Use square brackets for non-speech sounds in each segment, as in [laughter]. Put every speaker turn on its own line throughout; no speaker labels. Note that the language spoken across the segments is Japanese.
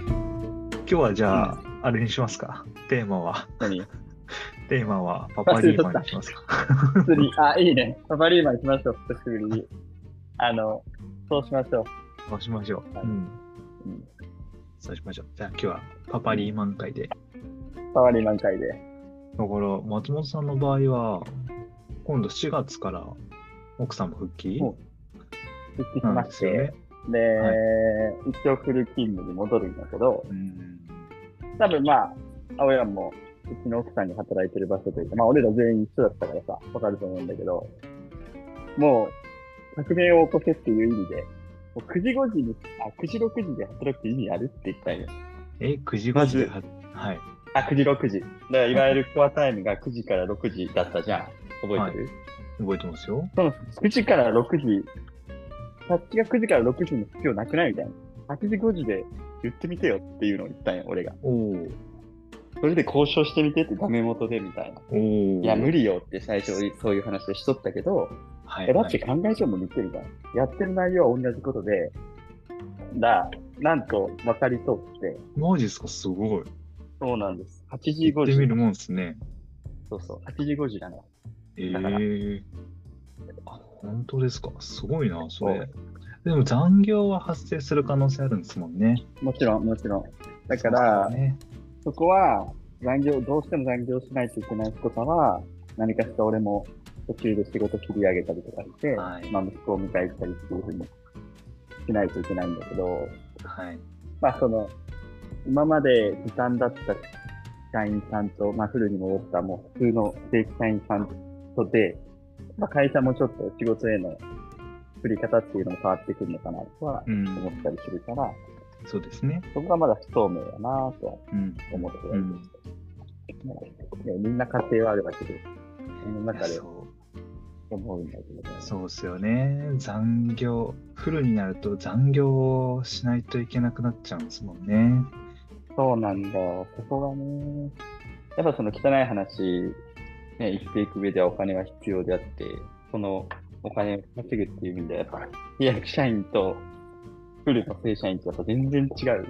今日はじゃあ、あれにしますか。テーマは、
何
テーマはパパリーマンにしますか。
釣り、あ、いいね。パパリーマン行きましょう、久しぶりに。あの、そうしましょう。
そうしましょう。うん
うん。
そうしましょう。じゃあ今日はパパリーマン会で。
パパリーマン会で。
だから、松本さんの場合は、今度4月から奥さんも復帰
お行ってき
なん
ま
で
し
す
て、
よ
で
ね。は
一応フル勤務に戻るんだけど、
うん。
多分まあ、青山も、うちの奥さんが働いてる場所というか、まあ、俺ら全員一緒だったからさ、わかると思うんだけど、もう、革命を起こせっていう意味で、もう9時5時に、あ、9時6時で働く意味あるって言ったんよ。
え、9時5
ま
時
ず
では、はい。
あ、9時6時。だから、いわゆるコアタイムが9時から6時だったじゃん。覚えてる、
覚えてますよ。
その9時から6時、タッチが9時から6時の必要なくないみたいな。8時5時で言ってみてよっていうのを言ったんよ、俺が。
おお。
それで交渉してみてってダメ元でみたいな。
おお。
いや、無理よって最初そういう話をしとったけど、
はい。
えだって
はい
考え上も似てるから、やってる内容は同じことで、だ、なんと分かりそうって、
マジですか、すごい。
そうなんです。8時
行
5
ってみ
時、
るもんですね。
そうそう、8時5時なの。
ええ
だから
あ、本当ですか。すごいな、そ
そ
れ。でも残業は発生する可能性あるんですもんね。
もちろん、もちろん。だか
そう
ら、
ですね、
そこは残業、どうしても残業しないといけない人からは、何かしら俺も途中で仕事切り上げたりとかして、
はい
まあ息子を迎え行ったりっていうふうにしないといけないんだけど、
はい。
まあその、今まで時短だった社員さんと、まあフルに戻ったもう普通の正規社員さんとで、まあ会社もちょっと仕事への振り方っていうのも変わってくるのかなとは
うん
思ったりするから、
そうですね。
そこがまだ不透明だなぁとは
うん。
思って
う
る。
ん。
ねみんな家庭はあるわけで、その
い
中
や
で
そう。
思うんだけどね。
そうですよね。残業、フルになると残業をしないといけなくなっちゃうんですもんね。
そうなんだよ。そこがね。やっぱその汚い話、ね、生きていく上ではお金は必要であって、そのお金を稼ぐっていう意味では、やっぱ契約社員とフルの正社員とやっぱ全然違う。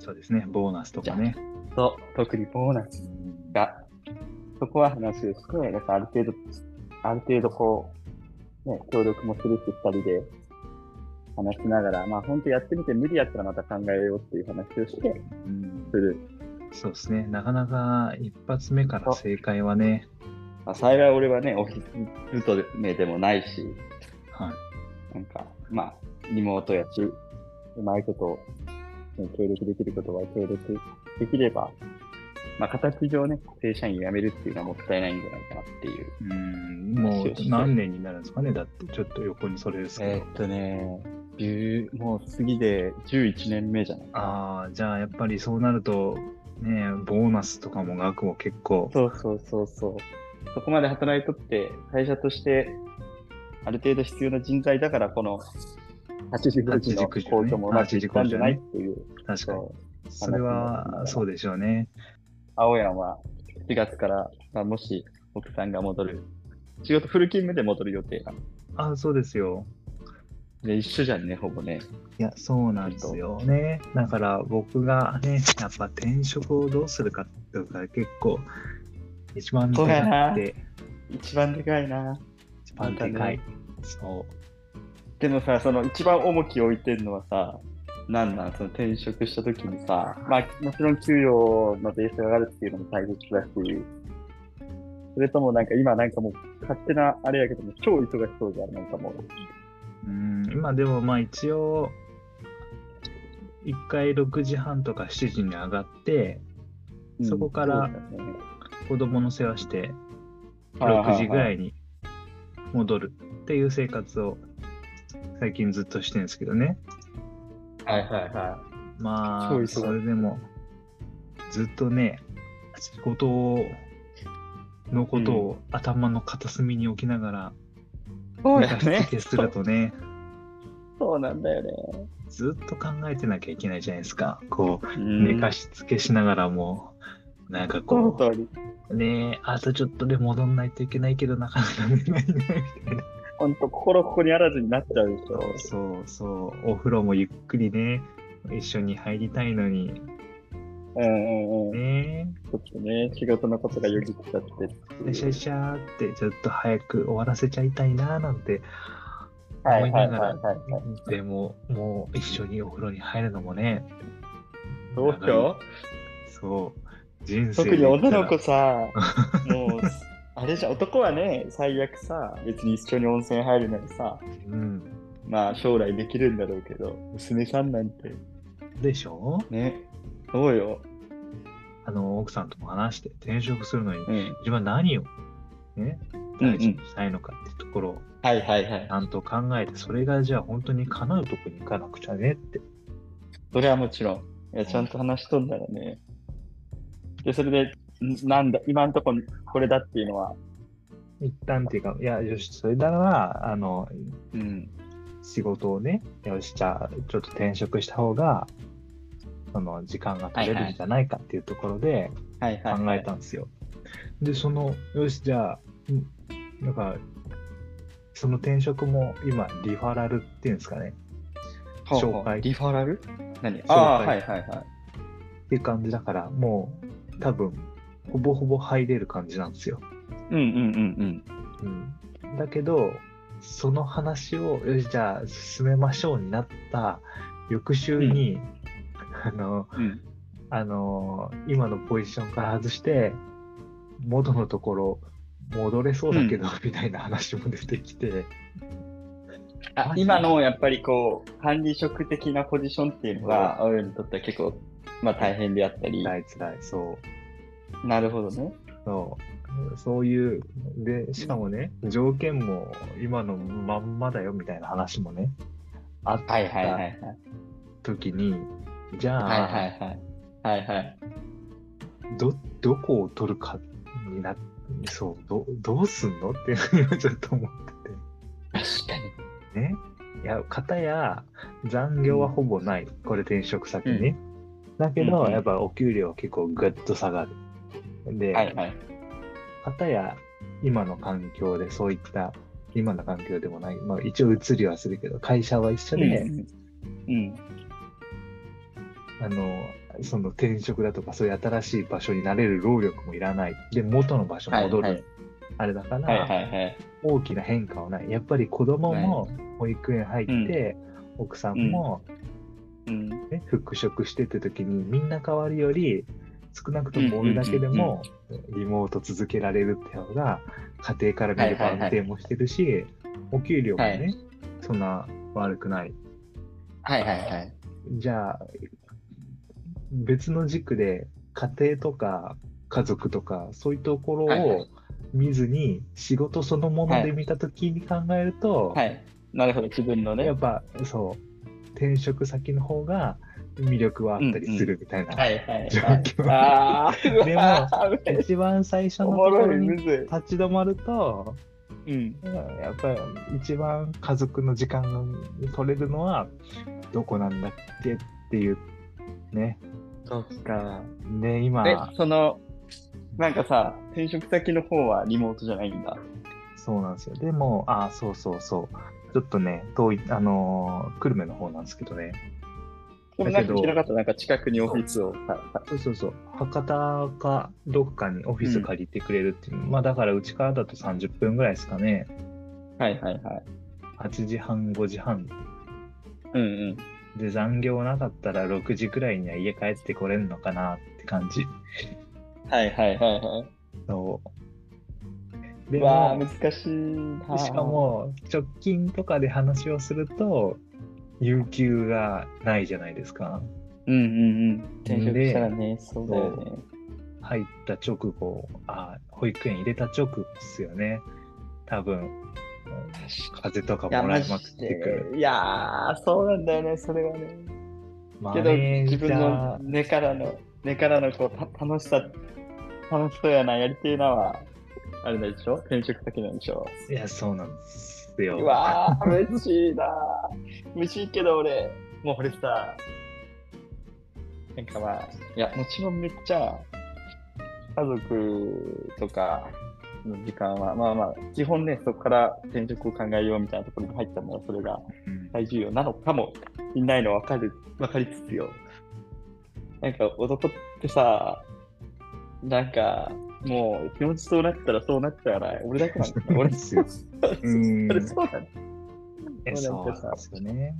そうですね。ボーナスとかね。
そう、特にボーナス
うん
が、そこは話をして、やっぱある程度、ある程度こう、ね、協力もするし、二人で話しながら、まあ本当やってみて無理やったらまた考えようっていう話をして、
うん
する。
そうですね。なかなか一発目から正解はね。
まあ幸い俺はね、オフィスずっとね、でもないし、
はい。
なんか、まあ、リモートやし、うまいこと、ね、協力できることは協力できれば、まあ形上ね、正社員を辞めるっていうのはもったいないんじゃないかなっていう。
うん、もう何年になるんですかね、だってちょっと横にそれですけど。
えーっとね、10もう次で11年目じゃないあ
ああ、じゃあやっぱりそうなると、ね、ボーナスとかも額も結構、
そうそうそうそう。そこまで働いとって、会社としてある程度必要な人材だから、この8時5時の
8時
交渉もうまくいったんじゃない
8時
っていう。
確かに。
そう
それはそうでしょうね。
青山は4月から、まあ、もし奥さんが戻る、仕事フル勤務で戻る予定が。
ああ、そうですよ。
で、一緒じゃんね、ほぼね。
いや、そうなんですよね。だから僕がね、やっぱ転職をどうするかっていうのが結構、一番
そうやな [laughs]
で、
一番でかいな。
一番でかい。そ
でもさ、その一番重きを置いてるのはさ、なんなん、その転職した時にさ、まあ、もちろん給与のベースが上がるっていうのも大切だし、それともなんか今なんかもう勝手なあれやけども、超忙しそうじゃん、なんかもう。
う。うん、今でもまあ一応、一回6時半とか7時に上がって、そこから
うんそうだね
子供の世話して
はいはいは
6
い
時ぐらいに戻るっていう生活を最近ずっとしてるんですけどね
はいはいは
ま
そう
あ
忙しい
それでもずっとね仕事をのことを頭の片隅に置きながら
い。 [laughs] そう
寝
だ
かし
ね
つ。けするとね
そうなんだよね。
ずっと考えてなきゃいけないじゃないですかこう寝
寝
か
し
しつけしながらもなんか
その
こ
通り。
うねあとちょっとで戻んないといけないけどなかなか寝ないなみたいな
ほんと、心ここにあらずになっちゃうでしょ。
そうそう、お風呂もゆっくりね、一緒に入りたいのに、
うんうんうん。
ね。
ちょっとね、仕事のことがよぎっちゃって
でシャ
っ
イシャーってずっと早く終わらせちゃいたいなーなんて
て
思
はいいは
ないが
は
ら、
いはい。
でももう一緒にお風呂に入るのもね
どうしよ
そう人
う
生
特に女の
で
子
[laughs]
さ、もう、あれじゃん、男はね、最悪さ、別に一緒に温泉入るならさ、
言ったら、うん、
まあ将来できるんだろうけど、娘さんなんて、
でしょ
ね、そうよ。
あの奥さんとも話して転職するのに
うん。
自分は何を、ね、
うんうん
大事にしたいのかってところを
はいはいはい
ち。ゃんと考えてそれがじゃあ本当に叶うとこに行かなくちゃねって
それはもちろん。いやちゃんと話しとんだらね。で、それで、んなんだ、今んとここれだっていうのは、
一旦っていうかいやよしそれならあの
うん。
仕事をねよしじゃあちょっと転職した方がその時間が取れるんじゃないかっていうところで
はいはい、はい。
考えたんですよ。でそのよしじゃあんなんかその転職も今リファラルっていうんですかね
ほうほう
紹介
リファラル何
介
ああ、はいはいはい。
っていう感じだからもう多分ほぼほぼ入れる感じなんですよ。
うんうんうん
うん、だけどその話をよしじゃあ進めましょうになった翌週に、あの
うん。うん、
あのー今のポジションから外して元のところ戻れそうだけど、みたいな話も出てきて
あ今のやっぱりこう、管理職的なポジションっていうのが、青にとっては結構、まあ大変であったり。
辛い辛いそ
なるほどね。
うそうそういうでしかもね条件も今のまんまだよみたいな話もねあっ
はいはいはいは
た
い。
時に、じゃあ、
はいはいはい。はいはい。
どどこを取るかになそうどどうすんのって今ちょっと思ってて。
確か
ね。いや、方や残業はほぼない、これ転職先ね。だけど、
うんうん
やっぱお給料は結構ぐっと下がる。で、
に。はいはい。
方や今の環境でそういった、今の環境でもない、まあ、一応移りはするけど、会社は一緒で、
うん。うん。
あの、その転職だとか、そういう新しい場所に慣れる労力もいらない。で、元の場所に戻る。
はいはい
あれだから、
はいはいはい。
大きな変化はない。やっぱり子供も保育園入って、奥さんも、
うん。
ね、復職してって時にみんな変わるより少なくとも俺だけでもリモート続けられるって方が家庭から見れば
はいはいはい
安定もしてるし、お給料もね、
はい
そんな悪くない
はいはいはい。
じゃあ別の軸で家庭とか家族とかそういうところ
はいは
を
い
見ずに仕事そのもので見た時に考えると、
はい。なるほど、自分のね。
やっ
は
ぱそう転職先の方が魅力はあったりするみたいな。
いはい
状
はい。
況
ああ、
で
う
も
わ
[laughs]
ー
一番最初の
[laughs]
とこ
おもろ
ろ
い、む
に
ず
立ち止まると、
い。うん。
やっぱり一番家族の時間が取れるのはどこなんだっけっていうね。
そっか。
で、
え
今、、
その、なんかさ、転職先の方はリモートじゃないんだ。
そうなんですよ。でも、あ、そうそうそう。ちょっとね、遠い、あのー久留米の方なんですけどね。
でもな
だ
ん
け
か
ど
聞けなかった、なんか近くにオフィスをさ。さ
そうそうそう。博多かどっかにオフィス借りてくれるっていう、まあだからうちからだと30分ぐらいですかね。
はいはいはい。
8時半、5時半
うんうん。
で残業なかったら6時くらいには家帰ってこれるのかなって感じ
はいはいはいは
そう
い。
で
うわあ、
も
難しいな。
しか、も直近とかで話をすると有給がないじゃないですか
うんうんうん。転職したらね、そうだよね。
入った直後あ保育園入れた直後ですよね多分風邪とか
いや、
もら
マ
い
ジ
まくってくる
で。いやー、そうなんだよね、それはね。
マ
けど、
ネージ
自
ャー
分の根からの、根からのこうた楽しさ、楽しそうやな、やりてえなは、あれなんでしょ転職先なんでしょ
いやそうなんですよ
うわー、嬉しいなー。嬉しいけど俺、もう俺さ、なんかまあ、いや、もちろんめっちゃ、家族とかの時間は、まあまあ、基本ね、そこから転職を考えようみたいなところに入ったんだら、それが [laughs]
うん
大重要なのかもしれないの分かる、分かりつつよ。なんか男ってさ、なんかもう気持ちそうなったらそうなっちゃうから、俺だけ
[laughs]
なんだ。俺
ですようん
それそうなんだ。
え
そ
そうう
なん
な
かさ
んですよね。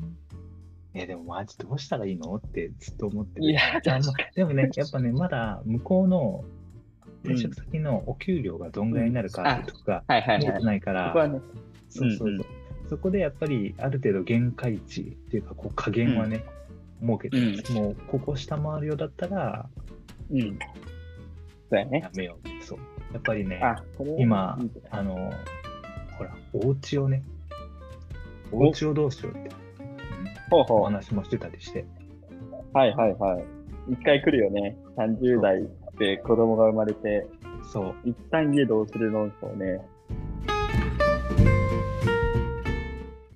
いやでもマジどうしたらいいのってずっと思って
い
る。
や、
あ
だ
のでもね、やっぱね、まだ向こうの転職先のお給料がどんぐらいになるかとか
はいはい
見え
は
て
い。
ないから、
ここはね、
そうそうそう、
うんうん
そこでやっぱりある程度限界値っていうかこう加減はね、設けて、もうここ下回るようだったら
うん。そうやね。
やめようそうやっぱりね
あ、これ
今
うん
あのほらお家をねお家をどうしようって
ほうほ
お
う。
話もしてたりして
はいはいはい。一回来るよね。30代で子供が生まれて、
そう
一旦家どうする論争ね。